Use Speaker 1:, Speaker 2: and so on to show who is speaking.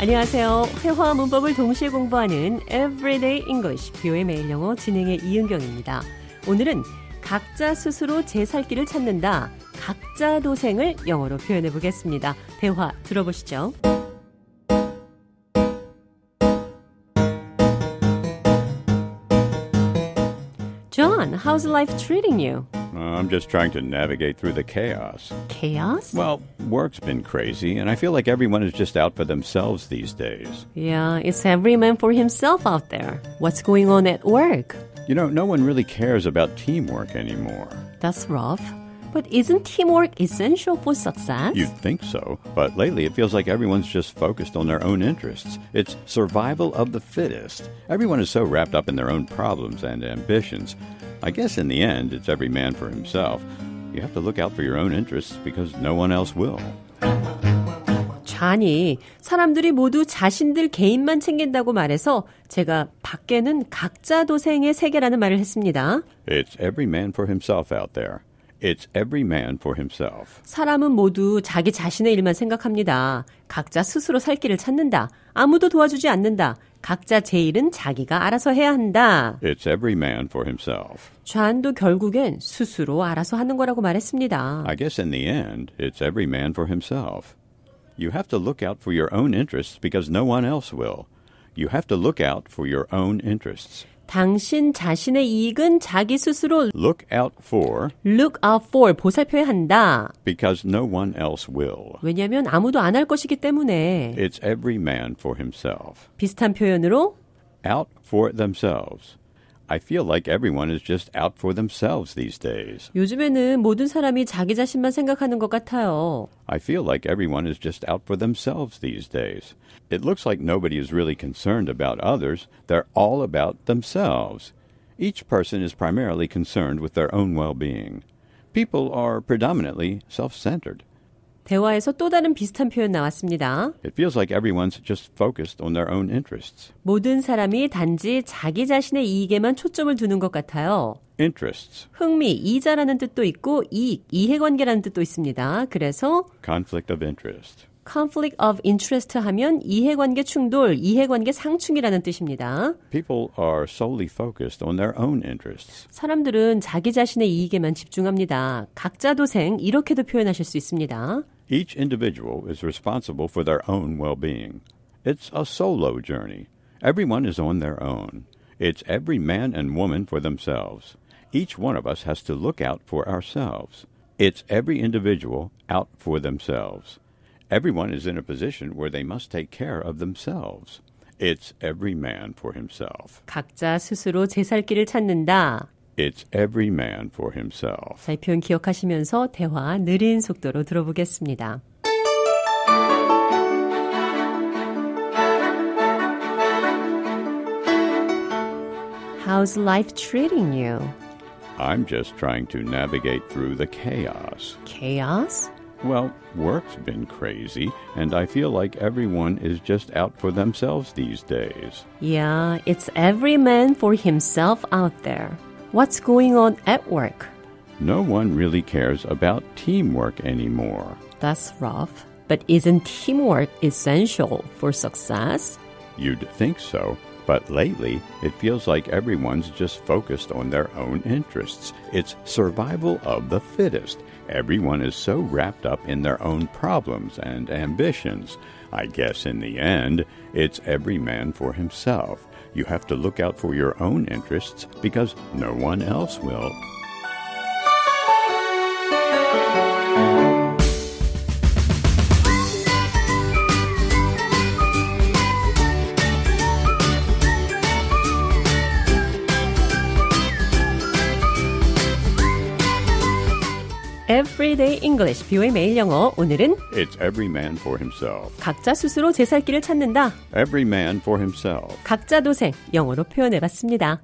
Speaker 1: 안녕하세요. 회화와 문법을 동시에 공부하는 Everyday English, 뷰의 매일 영어 진행의 이은경입니다. 오늘은 각자 스스로 제 살 길을 찾는다. 각자 도생을 영어로 표현해 보겠습니다. 대화 들어보시죠. John, how's life treating you?
Speaker 2: Uh, I'm just trying to navigate through the chaos.
Speaker 1: Chaos?
Speaker 2: Well, work's been crazy, and I feel like everyone is just out for themselves these days.
Speaker 1: Yeah, it's every man for himself out there. What's going on at work?
Speaker 2: You know, no one really cares about teamwork anymore.
Speaker 1: That's rough. But isn't teamwork essential for success?
Speaker 2: You'd think so, but lately it feels like everyone's just focused on their own interests. It's survival of the fittest. Everyone is so wrapped up in their own problems and ambitions. I guess in the end, it's every man for himself. You have to look out for your own interests because no one else will.
Speaker 1: 잔이 사람들이 모두 자신들 개인만 챙긴다고 말해서 제가 밖에는 각자 도생의 세계라는 말을 했습니다.
Speaker 2: It's every man for himself out there. It's every man for himself.
Speaker 1: 사람은 모두 자기 자신의 일만 생각합니다. 각자 스스로 살 길을 찾는다. 아무도 도와주지 않는다. 각자 제 일은 자기가 알아서 해야 한다.
Speaker 2: It's every man for himself.
Speaker 1: 좌안도 결국엔 스스로 알아서 하는 거라고 말했습니다.
Speaker 2: I guess in the end, it's every man for himself. You have to look out for your own interests because no one else will. You have to look out for your own interests.
Speaker 1: 당신 자신의 이익은 자기 스스로
Speaker 2: Look out for
Speaker 1: look out for 보살펴야 한다.
Speaker 2: because no one else will.
Speaker 1: 왜냐하면 아무도 안 할 것이기 때문에
Speaker 2: It's every man for himself.
Speaker 1: 비슷한 표현으로
Speaker 2: Out for themselves. I feel like everyone is just out for themselves these days.
Speaker 1: 요즘에는 모든 사람이 자기 자신만 생각하는 것 같아요.
Speaker 2: I feel like everyone is just out for themselves these days. It looks like nobody is really concerned about others. They're all about themselves. Each person is primarily concerned with their own well being. People are predominantly self centered.
Speaker 1: 대화에서 또 다른 비슷한 표현 나왔습니다.
Speaker 2: It feels like everyone's just focused on their own interests.
Speaker 1: 모든 사람이 단지 자기 자신의 이익에만 초점을 두는 것 같아요.
Speaker 2: Interests.
Speaker 1: 흥미, 이자라는 뜻도 있고 이익, 이해관계라는 뜻도 있습니다. 그래서
Speaker 2: Conflict of interest.
Speaker 1: conflict of interest 하면 이해관계 충돌, 이해관계 상충이라는 뜻입니다.
Speaker 2: People are solely focused on their own interests.
Speaker 1: 사람들은 자기 자신의 이익에만 집중합니다. 각자 도생 이렇게도 표현하실 수 있습니다.
Speaker 2: Each individual is responsible for their own well being. It's a solo journey. Everyone is on their own. It's every man and woman for themselves. Each one of us has to look out for ourselves. It's every individual out for themselves. Everyone is in a position where they must take care of themselves. It's every man for himself.
Speaker 1: 각자 스스로 제살 길을 찾는다.
Speaker 2: It's every man for himself.
Speaker 1: 자, 이 표현 기억하시면서 대화 느린 속도로 들어보겠습니다. How's life treating you?
Speaker 2: I'm just trying to navigate through the chaos.
Speaker 1: Chaos?
Speaker 2: Well, work's been crazy, and I feel like everyone is just out for themselves these days.
Speaker 1: Yeah, it's every man for himself out there. What's going on at work?
Speaker 2: No one really cares about teamwork anymore.
Speaker 1: That's rough. But isn't teamwork essential for success?
Speaker 2: You'd think so, but lately it feels like everyone's just focused on their own interests. It's survival of the fittest. Everyone is so wrapped up in their own problems and ambitions. I guess in the end, it's every man for himself. You have to look out for your own interests because no one else will.
Speaker 1: Everyday English, 뷰의 매일 영어. 오늘은
Speaker 2: It's every man for himself.
Speaker 1: 각자 스스로 제살 길을 찾는다.
Speaker 2: Every man for himself.
Speaker 1: 각자 도생, 영어로 표현해봤습니다.